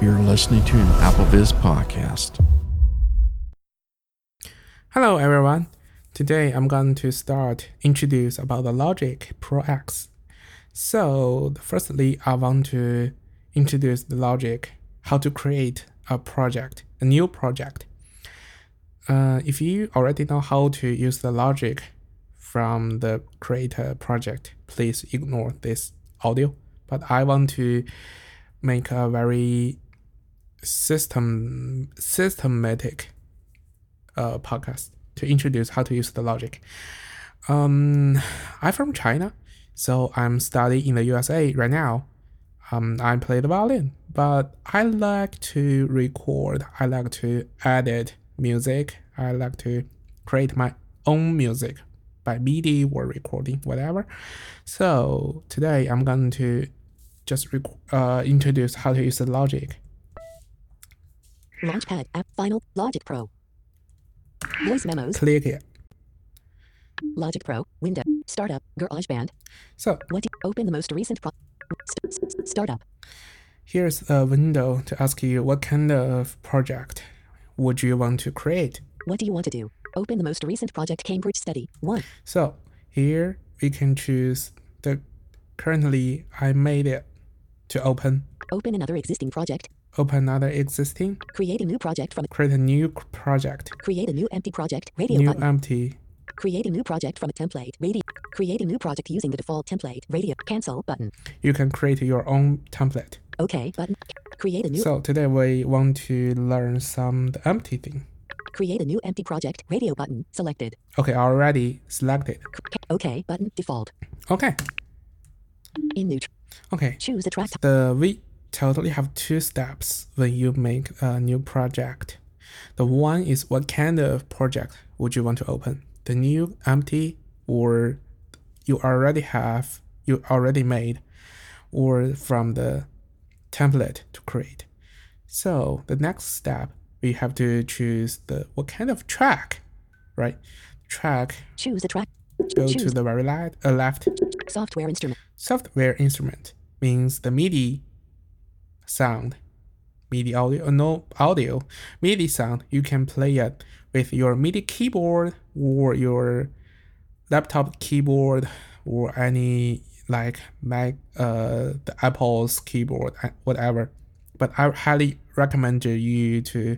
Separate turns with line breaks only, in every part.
You're listening to an AppleViz podcast.
Hello everyone. Today I'm going to start introduce about the Logic Pro X. So firstly, I want to introduce the Logic, how to create a project, a new project. Uh, if you already know how to use the Logic from the creator project, please ignore this audio. But I want to make a very system systematic uh, podcast to introduce how to use the logic. Um, I'm from China, so I'm studying in the USA right now. Um, I play the violin, but I like to record, I like to edit music, I like to create my own music by MIDI or recording, whatever. So today I'm going to just rec- uh, introduce how to use the logic.
Launchpad app final Logic Pro. Voice memos,
Click it.
Logic Pro, window, startup, GarageBand.
So
What do open the most recent pro? St- st- startup,
Here's a window to ask you what kind of project would you want to create.
what do you want to do? Open the most recent project Cambridge study. 1.
So here we can choose the currently I made it to open
Open another existing project.
open another existing,
Create a new project from
create a new c- project,
create a new empty project. Radio
new
button.
empty.
create a new project from a template. Radio. Create a new project using the default template. Radio. Cancel button.
You can create your own template.
OK button. Create a new
So today we want to learn some the empty thing.
create a new empty project. Radio button selected.
Okay, already selected.
OK button default.
Okay,
In new tr-
okay.
choose a track.
the we totally have two steps when you make a new project. The one is what kind of project would you want to open? The new empty or you already have you already made or from the template to create. So the next step we have to choose the what kind of track, right? Track
Choose a track.
go to
Choose
the very light, uh, left
software instrument.
software instrument means the MIDI sound, MIDI audio, uh, no audio, MIDI sound. You can play it with your MIDI keyboard or your laptop keyboard or any like Mac, uh, the Apple's keyboard, uh, whatever. But I highly recommend you to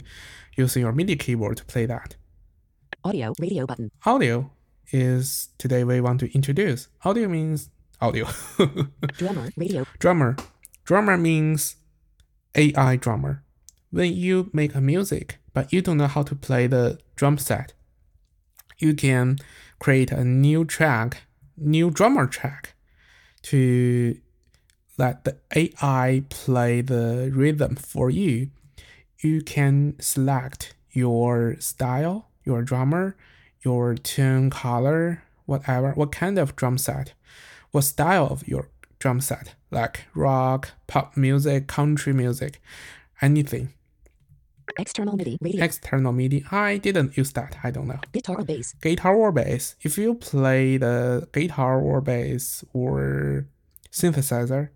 use your MIDI keyboard to play that
Audio radio button.
audio is today we want to introduce. Audio means audio.
Drummer radio.
drummer. Drummer means AI drummer. When you make a music, but you don't know how to play the drum set, you can create a new track, new drummer track to let the AI play the rhythm for you. You can select your style, your drummer, your tune color, whatever, what kind of drum set, what style of your drum set, like rock, pop music, country music, anything.
External MIDI radio.
External MIDI, I didn't use that, I don't know
guitar or bass.
guitar or bass. If you play the guitar or bass or synthesizer,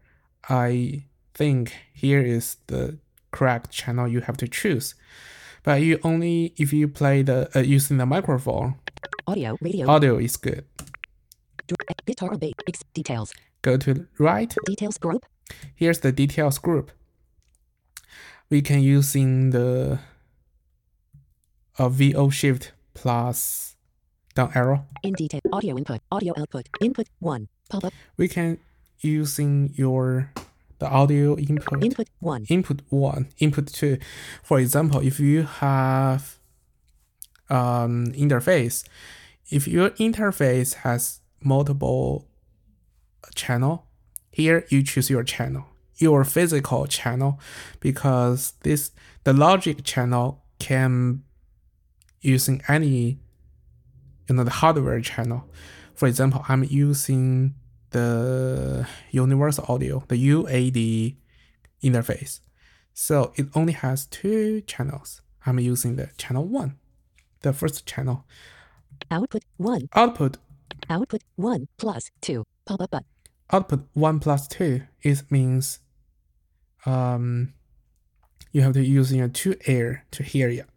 I think here is the correct channel you have to choose. But you only if you play the uh, using the microphone,
Audio radio.
audio is good.
dr- e- guitar or bass. Ex- details.
Go to right.
Details group.
Here's the details group. We can using the uh, VO shift plus down arrow.
In detail. Audio input. Audio output. Input one. Pop up.
we can using your the audio input
Input one.
input one input two for example if you have um interface if your interface has multiple channel here you choose your channel your physical channel because this the logic channel can using any you know the hardware channel for example i'm using the universal audio the uad interface so it only has two channels i'm using the channel one the first channel
Output one.
output
Output one plus two. Pop up button.
output 1 plus 2 it means um you have to use your two ear to hear it.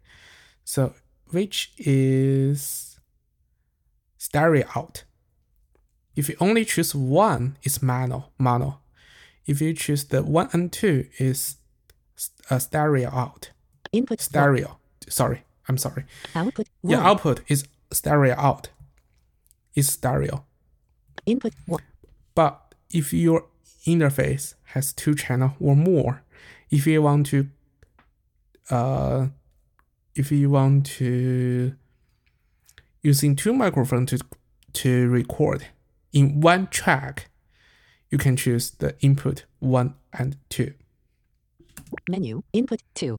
So which is stereo out. If you only choose one, it's mono mono. If you choose the one and two, is a stereo out.
Input one.
Stereo. Sorry, I'm sorry.
Output
Yeah,
one.
output is stereo out. It's stereo.
Input one.
But if your interface has two channel or more, if you want to, uh, if you want to using two microphone to to record in one track, you can choose the input one and two.
Menu. Input two.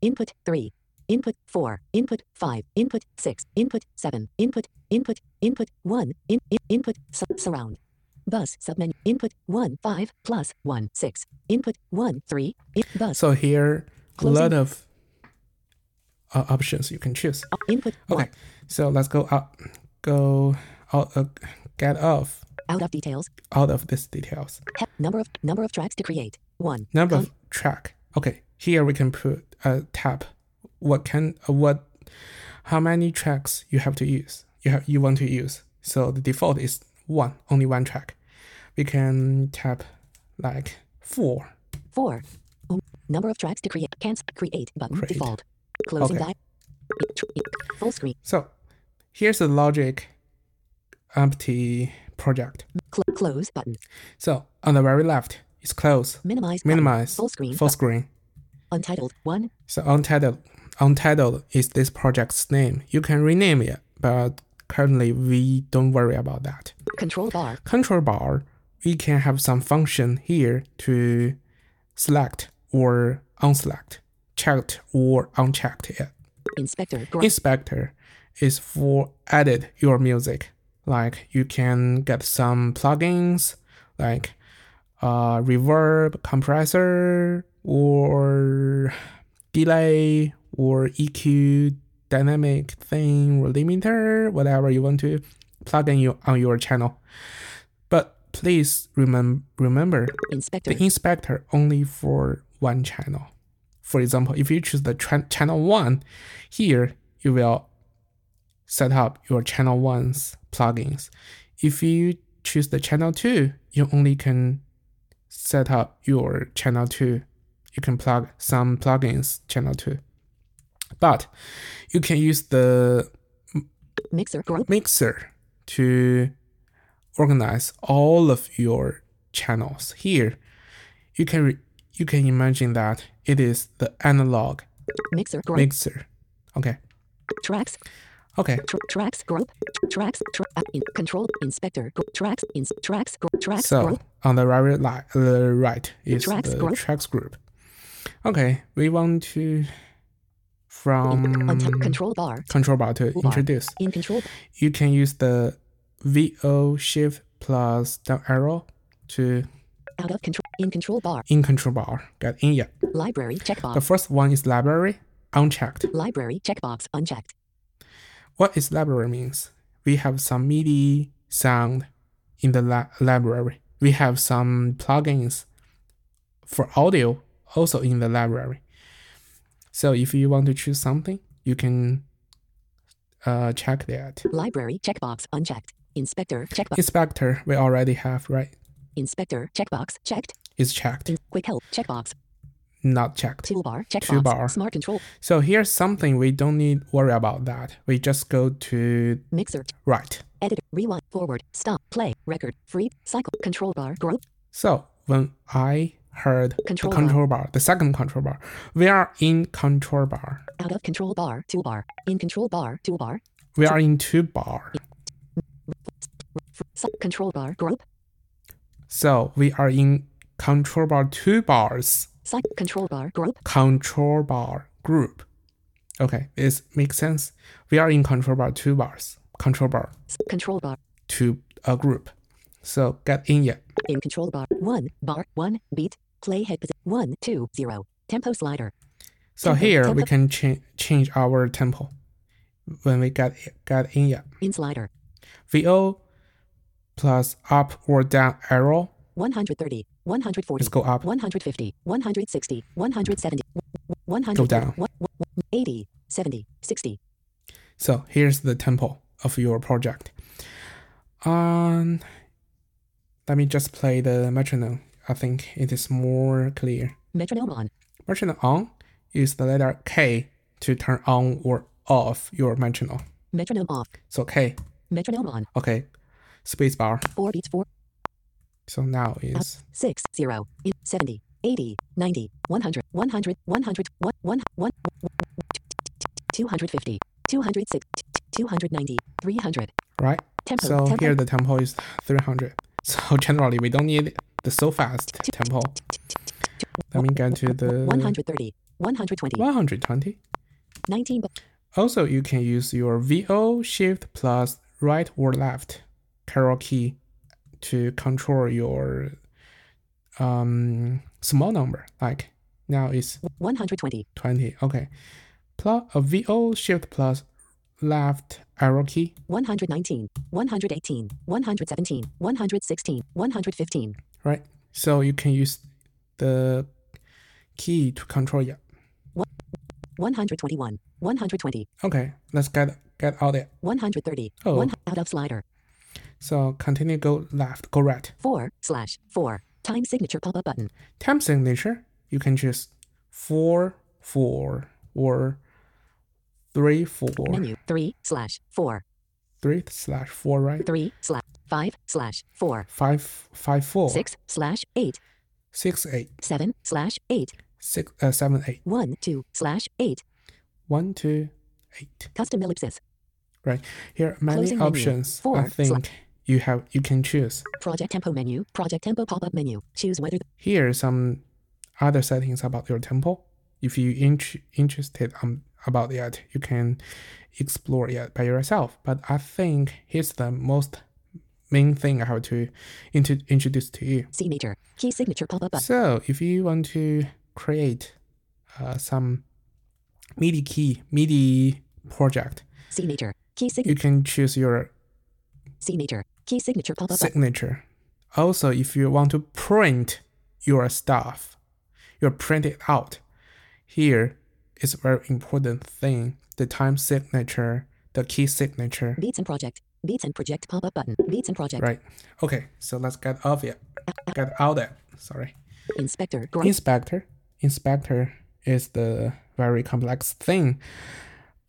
Input three. Input four. Input five. Input six. Input seven. Input input input one. In, in- input su- surround. Bus submenu. Input one five plus one six. Input one three. In, bus
So here, a
Closing.
lot of uh, options you can choose.
input one.
Okay, so let's go up, go out, uh, get off
Out of details.
out of these details.
He- number of number of tracks to create. One.
number
Con-
of track. Okay, here we can put a tab. What can what? How many tracks you have to use? You have you want to use? So the default is one, only one track. We can tap like four.
Four. Um, Number of tracks to create. Cancel. Create button.
Create.
Default. Closing
Okay.
okay. Full screen.
So here's the logic empty project.
Cl- close button.
So on the very left is close,
Minimize. button.
minimize,
Full screen.
full screen.
Untitled. One.
So untitled, untitled is this project's name. You can rename it, but currently we don't worry about that.
Control bar.
control bar, we can have some function here to select or unselect, checked or unchecked it.
Inspector. Gr-
Inspector is for edit your music. Like you can get some plugins like uh, reverb, compressor, or delay, or EQ, dynamic thing, or limiter, whatever you want to plug in you on your channel. But please remem- remember
inspector.
the inspector only for one channel. For example, if you choose the tran- channel one, here you will set up your channel one's plugins. If you choose the channel two, you only can set up your channel two. You can plug some plugins channel two, but you can use the
mixer. Group.
mixer to organize all of your channels here you can re- you can imagine that it is the analog
Mixer. Group.
mixer okay
tracks.
okay
Tr- tracks. Group. Tr- tracks. Tr- uh, in- control. Inspector. Gr- tracks. In- tracks. Gr- tracks.
so
Group.
on the very li- uh, right is
Tracks
the
group.
tracks group okay we want to
In-
from
untap- control bar.
control bar to
Toolbar.
introduce
In control.
you can use the vo shift plus down arrow to
Out of control. In control bar.
in control bar get in yeah
Library checkbox.
The first one is library, unchecked.
Library checkbox unchecked.
What is library means? We have some MIDI sound in the li- library. We have some plugins for audio also in the library. So if you want to choose something, you can uh, check that.
Library checkbox unchecked. Inspector checkbox.
Inspector we already have, right?
Inspector checkbox checked.
Is checked,
In- quick help checkbox.
not checked.
Toolbar checkbox.
Toolbar.
Smart control
So here's something we don't need worry about that. We just go to
mixer.
right.
Editor rewind forward stop play record free cycle control bar group
So when I heard
Control
the
bar.
control bar. the second control bar, we are in control bar.
out of control bar toolbar in control bar toolbar
We are in two bar.
fr- cy- control bar group
So we are in control bar two bars,
cycle control bar group
control bar group. Okay, this makes sense. We are in control bar two bars, control bar
s- control bar
two a group. So get in yet.
in control bar one bar one beat play head posi- one two zero tempo slider
So
Tempo-
here we
tempo.
can change change our tempo when we get get in yet.
in slider
VO plus up or down arrow
130 140
Let's go up.
150 160 170 100,
Go down.
one- one- 80, 70, 60.
So here's the tempo of your project. Um, let me just play the metronome. I think it is more clear.
Metronome on.
Metronome on use the letter K to turn on or off your metronome.
Metronome off.
So K,
Metronome on.
okay, spacebar.
4 beats 4.
So now is
6, 0, in- 70, 80, 90, 100, 100, 100, 1, 1, 1, 250, 206, 290, 300.
right.
Tempo.
So
tempo.
here the tempo is 300. So generally we don't need the so fast tempo. Let me go to the
130, 120,
120.
19, but
Also, you can use your VO shift plus right or left arrow key to control your um, small number. Like now it's
120,
20. Okay. Plus a VO shift plus left arrow key,
119, 118, 117, 116, 115.
right? So you can use the key to control it.
121, 120,
Okay, let's get get out there.
130,
Oh.
1 out of slider,
So continue go left, go right.
4 slash 4, time signature pop up button,
time signature, you can choose 4 4 or 3 4,
menu 3 slash 4,
3 slash 4, right?
3 slash 5 slash 4,
5, 5 4,
6 slash 8,
6 8,
7 slash 8,
six- uh, 7 8,
1 2 slash 8,
1 2 8.
custom ellipsis,
Right here, many
Closing menu.
options. I
Four
think
slash-
you have you can choose.
project tempo menu, project tempo pop up menu, choose whether
Here are some other settings about your tempo. If you int- interested um, about it, you can explore it by yourself. But I think here's the most main thing I have to intro introduce to you.
C major, key signature pop up button,
So if you want to create uh, some MIDI key, MIDI project,
C major, key
you
signature,
can choose your
C major, key signature pop up button,
signature. Also, if you want to print your stuff, you print it out. Here is a very important thing: the time signature, the key signature.
beats and project, beats and project pop up button, beats and project,
Right. Okay. So let's get off it. Get out it. Sorry.
inspector, gr-
Inspector. Inspector is the very complex thing.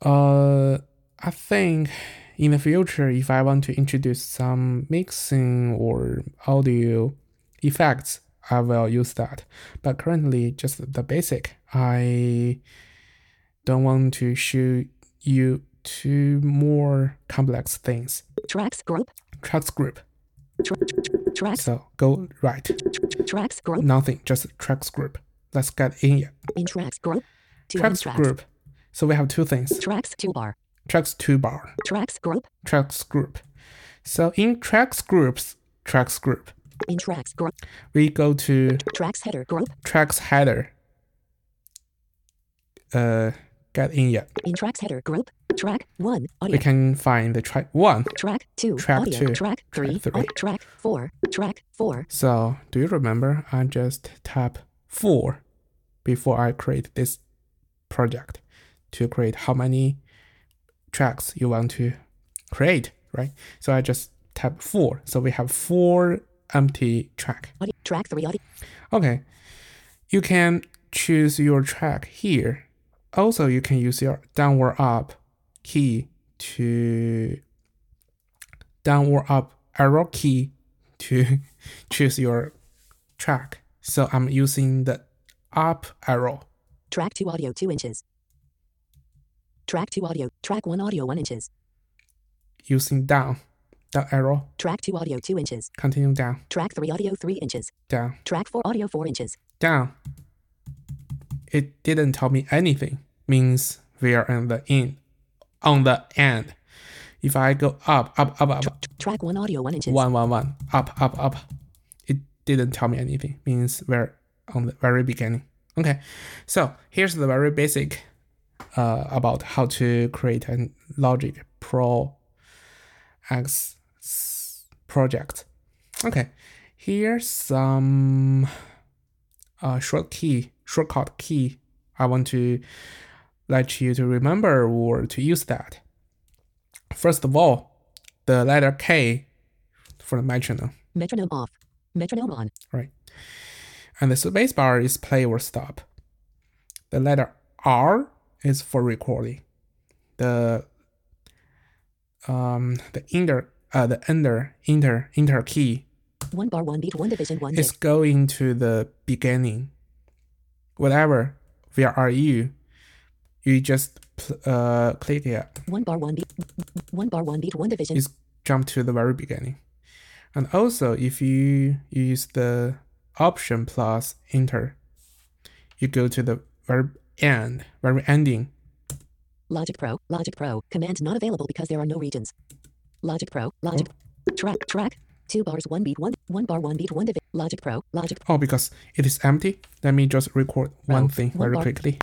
Uh, I think in the future, if I want to introduce some mixing or audio effects, I will use that. But currently, just the basic. I don't want to show you two more complex things.
tracks group,
Tracks group.
tr- tr- tracks,
So go right.
tr- tracks group,
Nothing. Just tracks group. Let's get in it.
in tracks group, to
tracks
tracks
group. So we have two things:
tracks toolbar,
tracks two bar,
tracks group,
tracks group. So in tracks groups, tracks group,
in tracks group,
we go to
tracks header group,
tracks header. Uh, get in yet?
in tracks header group, track one
We
audio,
can find the track one.
track two
track
audio,
two,
track
track
three,
three.
au- track four, track four,
So do you remember? I just tap four before I create this project to create how many tracks you want to create, right? So I just tap four. So we have four empty track.
audio, track three audio,
Okay. You can choose your track here. Also, you can use your downward up key to downward up arrow key to choose your track. So I'm using the up arrow.
track two audio two inches, track two audio, track one audio one inches,
Using down, down arrow,
track two audio two inches,
continue down,
track three audio three inches,
down,
track four audio four inches,
down. It didn't tell me anything. Means we are on the end. On the end. If I go up, up, up, up,
track one audio one inches,
one one one up up up it didn't tell me anything means we're on the very beginning okay so here's the very basic uh, about how to create a logic pro x project okay here's some uh, short key shortcut key I want to let you to remember or to use that. First of all, the letter K for the metronome,
Metronome off. Metronome on.
right? And the spacebar is play or stop. The letter R is for recording. The um the enter uh the enter enter enter key
One bar, one beat, one division, one
It's
disc.
going to the beginning. Whatever, where are you? You just pl- uh, click it.
One bar, one beat, one bar, one beat, one division.
It's jump to the very beginning. And also, if you use the option plus enter, you go to the very end, very ending.
Logic Pro, Logic Pro. Command not available because there are no regions. Logic Pro, Logic. Track, track. Two bars, one beat, one, one bar, one beat, one division. Logic Pro, Logic.
Oh, because it is empty. Let me just record one
Well,
thing
one
very
bar.
quickly.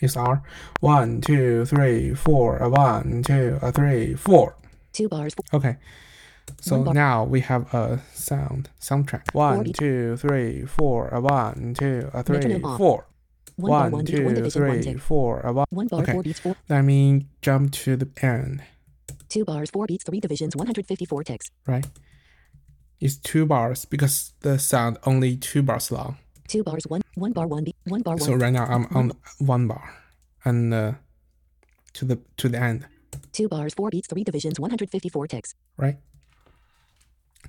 It's R. One, two, three, four. A one, two, a three, four.
Two bars, four,
Okay. So
One bar-
now we have a sound soundtrack. One,
Forty-
two, three, four. A one, two, a three,
Metronome off.
four.
one bar,
One,
one beat, one
two,
division, one
three,
tick.
four. A one.
One bar,
Okay.
four beats, four.
Let me jump to the end,
Two bars, four beats, three divisions, 154 ticks.
right? It's two bars because the sound only two bars long.
Two bars, one, one bar, one beat, one bar, one.
So right now I'm on one bar, and uh, to the to the end,
Two bars, four beats, three divisions, 154 ticks.
right?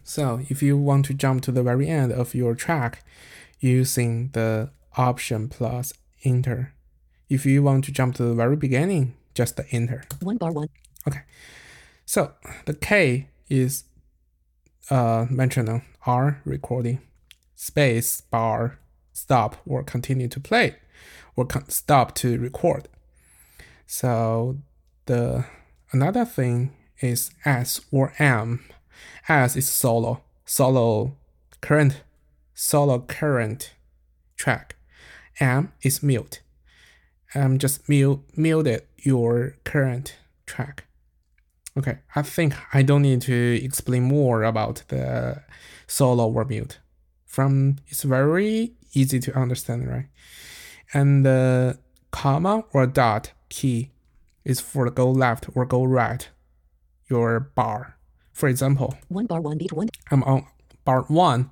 So if you want to jump to the very end of your track, using the option plus enter. If you want to jump to the very beginning, just the enter.
One bar, one.
Okay. So the K is uh metronome R recording space bar stop or continue to play or con- stop to record. So the another thing is S or M. S is solo solo current solo current track. M is mute. M just mute muted your current track. Okay, I think I don't need to explain more about the solo or mute. From it's very easy to understand, right? And the comma or dot key is for go left or go right your bar. For example,
One bar, one beat, one.
I'm on bar 1.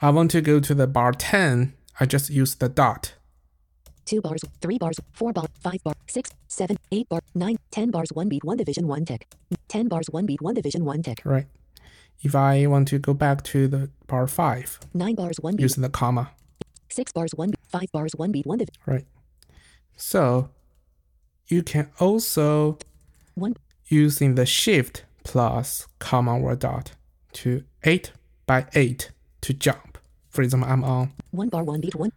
I want to go to the bar 10. I just use the dot.
Two bars, three bars, four bar, five bar, six, seven, eight bar, nine, ten bars, one beat, one division, one tick. Ten bars, one beat, one division, one tick.
right? If I want to go back to the bar 5,
Nine bars, one beat,
using the comma,
six bars, one beat, five bars, one beat, one division,
right? So you can also
one,
using the shift plus comma or dot to 8 by 8 to jump. For example, I'm on
one bar, one beat, one,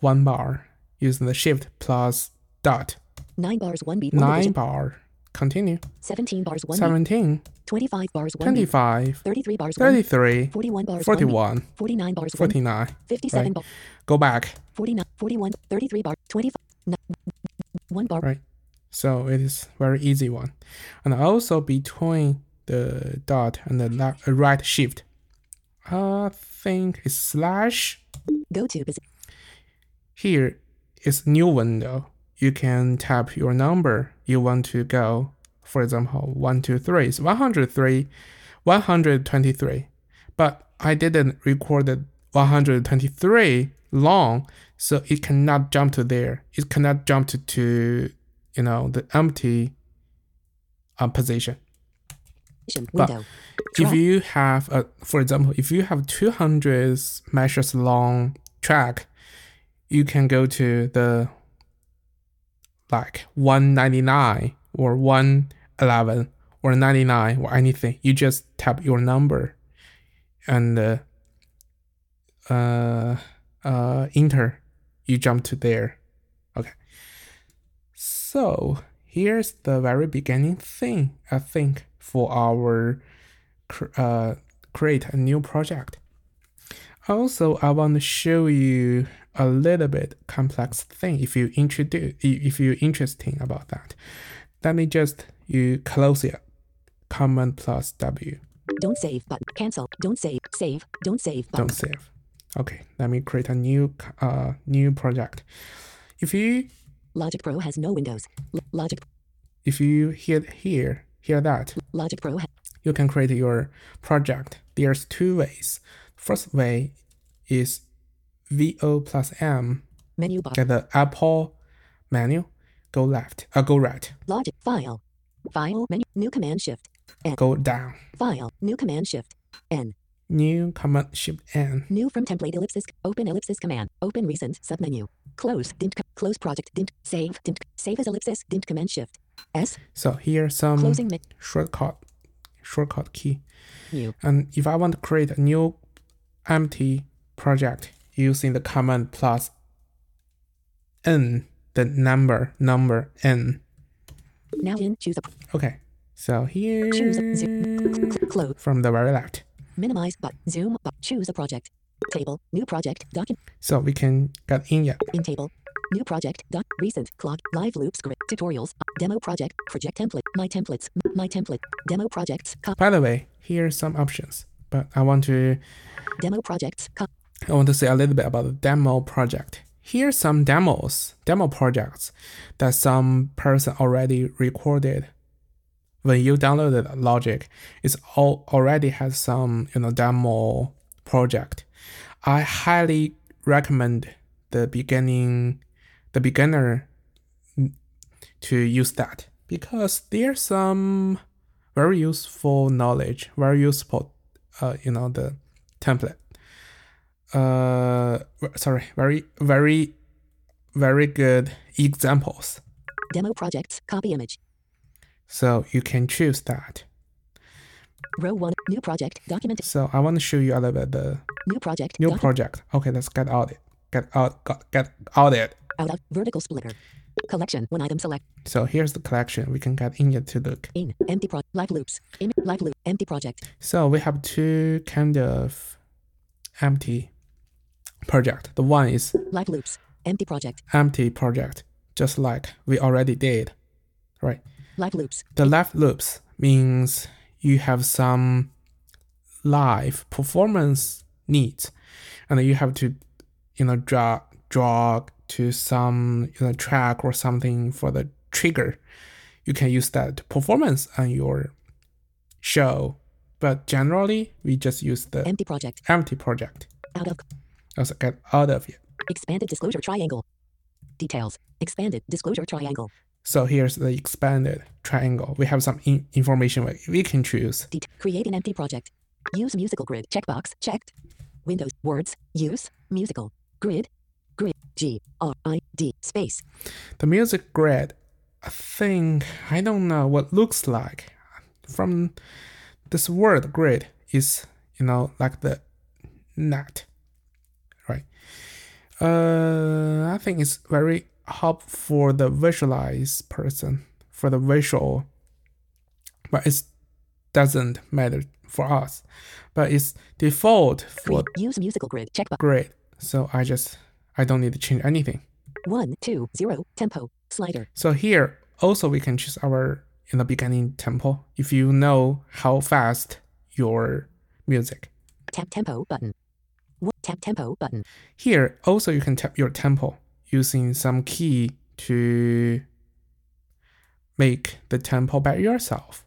one bar using the shift plus dot,
nine bars, one beat, one
9
division,
bar, continue,
seventeen bars, one beat,
17,
twenty-five bars, one beat,
25,
thirty-three bars, one,
33,
forty-one bars, one
41,
beat, forty-nine bars, one,
49.
fifty-seven bar,
Go back.
forty-nine, forty-one, thirty-three bar, twenty-five, nine, one bar,
right? So it is very easy one, and also between the dot and the left, uh, right shift, I think it's slash.
go to busy,
Here is new window. You can type your number you want to go. For example, one two three is one hundred three, one hundred twenty three. But I didn't record the one hundred twenty three long, so it cannot jump to there. It cannot jump to, to you know the empty uh, position.
window,
If
Track.
you have a, for example, if you have 200 measures long track, you can go to the like 199 or 111 or 99 or anything. You just tap your number and uh, uh, uh, enter. You jump to there. Okay. So here's the very beginning thing I think for our cr- uh, create a new project. Also, I want to show you a little bit complex thing if you introduce if you're interesting about that. Let me just you close it. Command plus W.
don't save button, cancel, don't save, save, don't save button.
Don't save. Okay, let me create a new c- uh, new project. If you
Logic Pro has no windows. L- Logic
if you hear here hear that,
Logic Pro ha-
you can create your project. There's two ways. First way is VO plus M.
menu bar.
Get the Apple menu. Go left. Uh, go right.
Logic file. File menu. New command shift. N.
Go down.
File. New command shift. N.
New command shift N.
New from template ellipsis. Open ellipsis command. Open recent submenu. Close. Dint. co- Close project. Dint. Save. Dint. Save as ellipsis. Dint command shift. S.
So here's some
Closing menu.
shortcut shortcut key.
New.
And if I want to create a new empty project using the command plus n, the number, number n.
Now in. Choose a.
Okay, so here
Choose a. Zoom. Cl- cl- cl- Close.
from the very left.
Minimize. But zoom. But choose a project. Table. New project. Document.
So we can get in yet.
In table. New project. Doc. Recent. Clock. Live loop script. Tutorials. Demo project. Project template. My templates. m- My template. Demo projects. co-
By the way, here are some options, but I want to
Demo projects. co-
I want to say a little bit about the demo project. Here are some demos, demo projects that some person already recorded. When you downloaded Logic, it's all already has some you know demo project. I highly recommend the beginning, the beginner to use that because there's some very useful knowledge, very useful, uh, you know the template uh w- sorry very very very good examples
Demo projects. Copy image.
so you can choose that
Row one. New project. Document.
so i want to show you a little bit the
New project.
new
docu-
project okay let's get out it get out got- get out it
out of vertical splitter. Collection. One item select.
so here's the collection we can get in it to look
In. Empty pro. Live loops. In. Live loop. Empty project.
so we have two kind of empty project the one is
Live loops. Empty project.
empty project just like we already did right
Live loops.
The live loops means you have some live performance needs, and you have to, you know, draw draw to some you know track or something for the trigger. You can use that to performance on your show, but generally we just use the
Empty project.
empty project.
Out of
Also get out of it.
expanded disclosure triangle. Details. Expanded disclosure triangle.
So here's the expanded triangle. We have some in- information we- we can choose.
Det- create an empty project. Use musical grid. Checkbox checked. Windows. Words. Use. Musical. Grid. Grid. G. R. I. D. Space.
the music grid I think I don't know what looks like from this word grid is you know like the net right uh I think it's very helpful for the visualize person for the visual but it doesn't matter for us but it's default for
Create. Use musical grid. Checkbox.
grid so I just I don't need to change anything
One. Two. Zero. Tempo. Slider.
So here also we can choose our in the beginning tempo if you know how fast your music.
Tap tempo button. One, tap tempo button.
Here also you can tap your tempo using some key to make the tempo by yourself.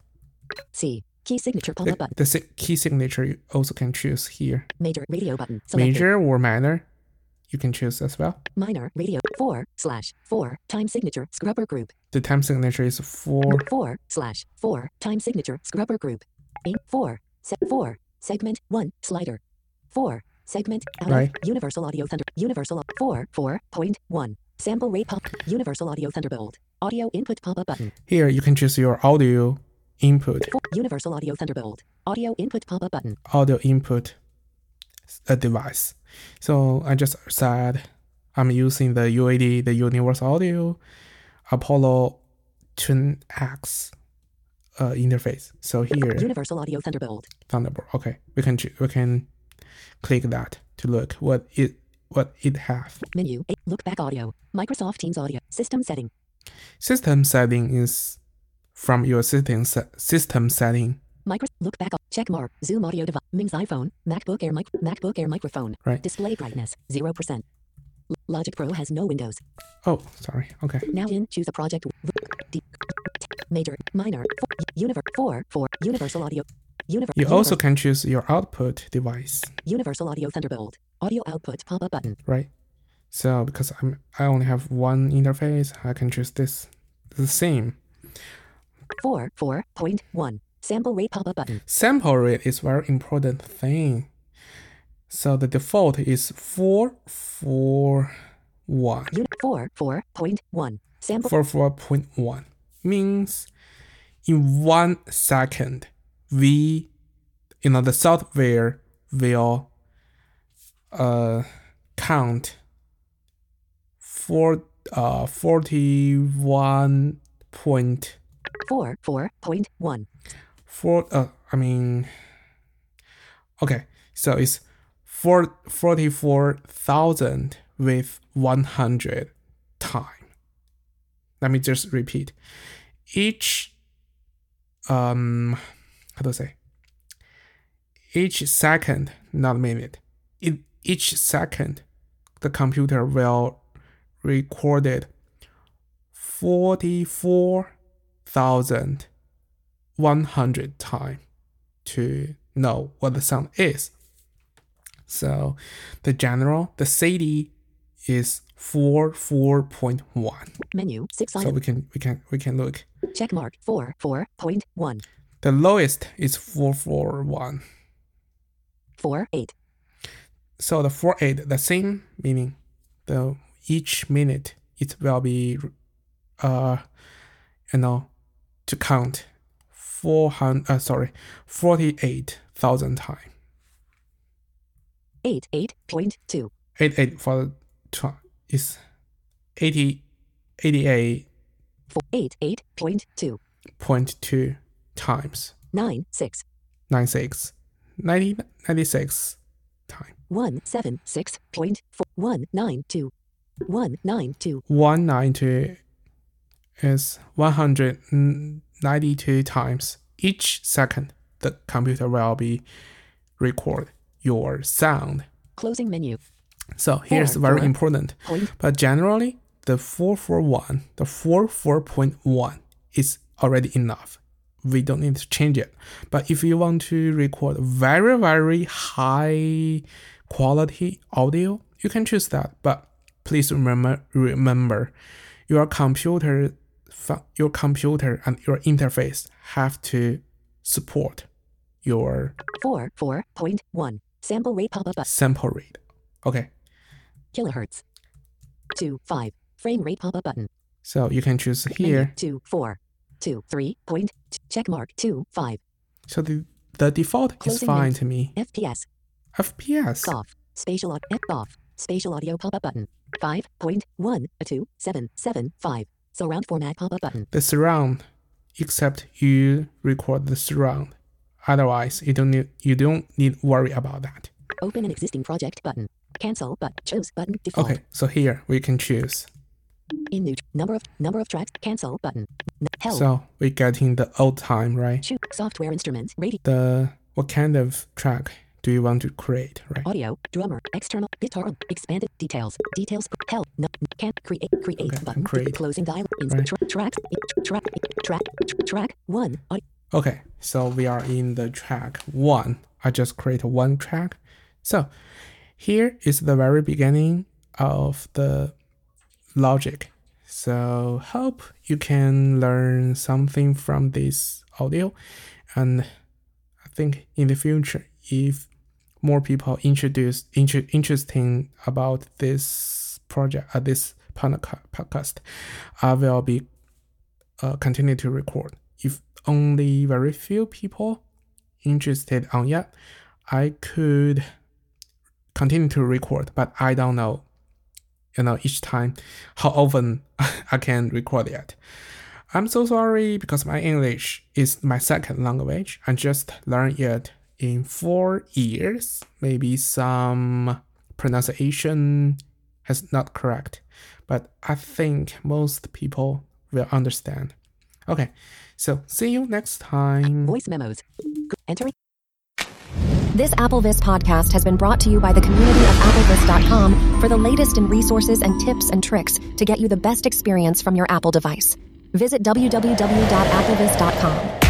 C. Key signature pull
The,
up button.
the si- key signature you also can choose here.
Major radio button. Selected.
Major or minor, you can choose as well.
Minor radio. Four slash four time signature scrubber group.
The time signature is four.
Four slash four time signature scrubber group. In four set four segment one slider. Four segment out
Right.
of universal audio thunder universal au- four four point one sample rate pop universal audio thunderbolt audio input pop up button
Here you can choose your audio input.
four, universal audio thunderbolt audio input pop up button
audio input a device. So I just said I'm using the UAD, the Universal Audio Apollo Twin X uh, interface. So here,
universal audio thunderbolt
Thunderbolt. Okay, we can choo- we can click that to look what it what it have.
Menu. Eight. Look back audio. Microsoft Teams audio. System setting.
System setting is from your system se- system setting,
Micro. Look back. au- Check mark. Zoom audio device. Ming's iPhone. MacBook Air mic. MacBook Air microphone.
right?
Display brightness. Zero percent. L- Logic Pro has no windows.
Oh, sorry. Okay.
Now in choose a project. D- major, minor, four, universe, four, four, universal audio. Universe,
You also can choose your output device,
universal audio Thunderbolt audio output pop up button.
right? So because I'm I only have one interface, I can choose this. The same
Four, four point one sample rate pop up button.
sample rate is very important thing. So the default is four four one.
Un- four, four point one sample.
44.1 means in one second we you know the software will uh count for uh 41 point
Four, four point one
four uh i mean okay so it's four, 44000 with 100 time let me just repeat each um how do i say each second not minute it, each second the computer will record it 44000 100 time to know what the sound is. So the general, the CD is 44.1.
menu six
So
item
we can we can we can look.
check mark four four point one
The lowest is 441.
four eight
So the 48 the same meaning. The each minute it will be uh you know to count 400 uh, sorry 48,000 time.
eight eight point two
88 for the tr- is 80 88.2
four eight eight point two
times
nine six
96 90, 96 time
one seven six point four one nine two one nine two
190 is 192 times each second the computer will be record your sound
closing menu
so here's
Four,
very
four.
important
point
But generally, the 441, the 44.1 is already enough. We don't need to change it. But if you want to record very, very high quality audio, you can choose that. But please remember, remember your computer, fu- your computer and your interface have to support your
four four point one sample rate pop up button
sample rate. Okay,
kilohertz two five frame rate pop up button
so you can choose
Menu,
here.
two four two three point t- check mark two five
So the, the default is
Closing
fine
menu.
to me.
fps
FPS.
off spatial au- F off spatial audio pop up button five point one two seven seven five surround format pop up button
The surround, except you record the surround. Otherwise, you don't need you don't need worry about that.
open an existing project button cancel but choose button default
Okay, so here we can choose.
in new tr- number of number of tracks cancel button N- help
So we're getting the old time, right?
choose software instruments radio
The what kind of track do you want to create, right?
audio drummer external guitar expanded details details help no, can't create create
Okay,
button
create.
closing dialog
Right.
tra- tracks track track track one audio
Okay, so we are in the track one. I just create one track. So here is the very beginning of the logic. So hope you can learn something from this audio and I think in the future if more people introduce inter, interesting about this project uh, this podca- podcast I will be uh, continue to record. If only very few people interested on yet, I could continue to record, but I don't know, you know, each time how often I can record yet. I'm so sorry because my English is my second language. I just learned it in four years. Maybe some pronunciation has not correct, but I think most people will understand. Okay, so see you next time.
voice memos entering
This AppleVis podcast has been brought to you by the community of AppleVis.com for the latest in resources and tips and tricks to get you the best experience from your Apple device. Visit www.applevis.com.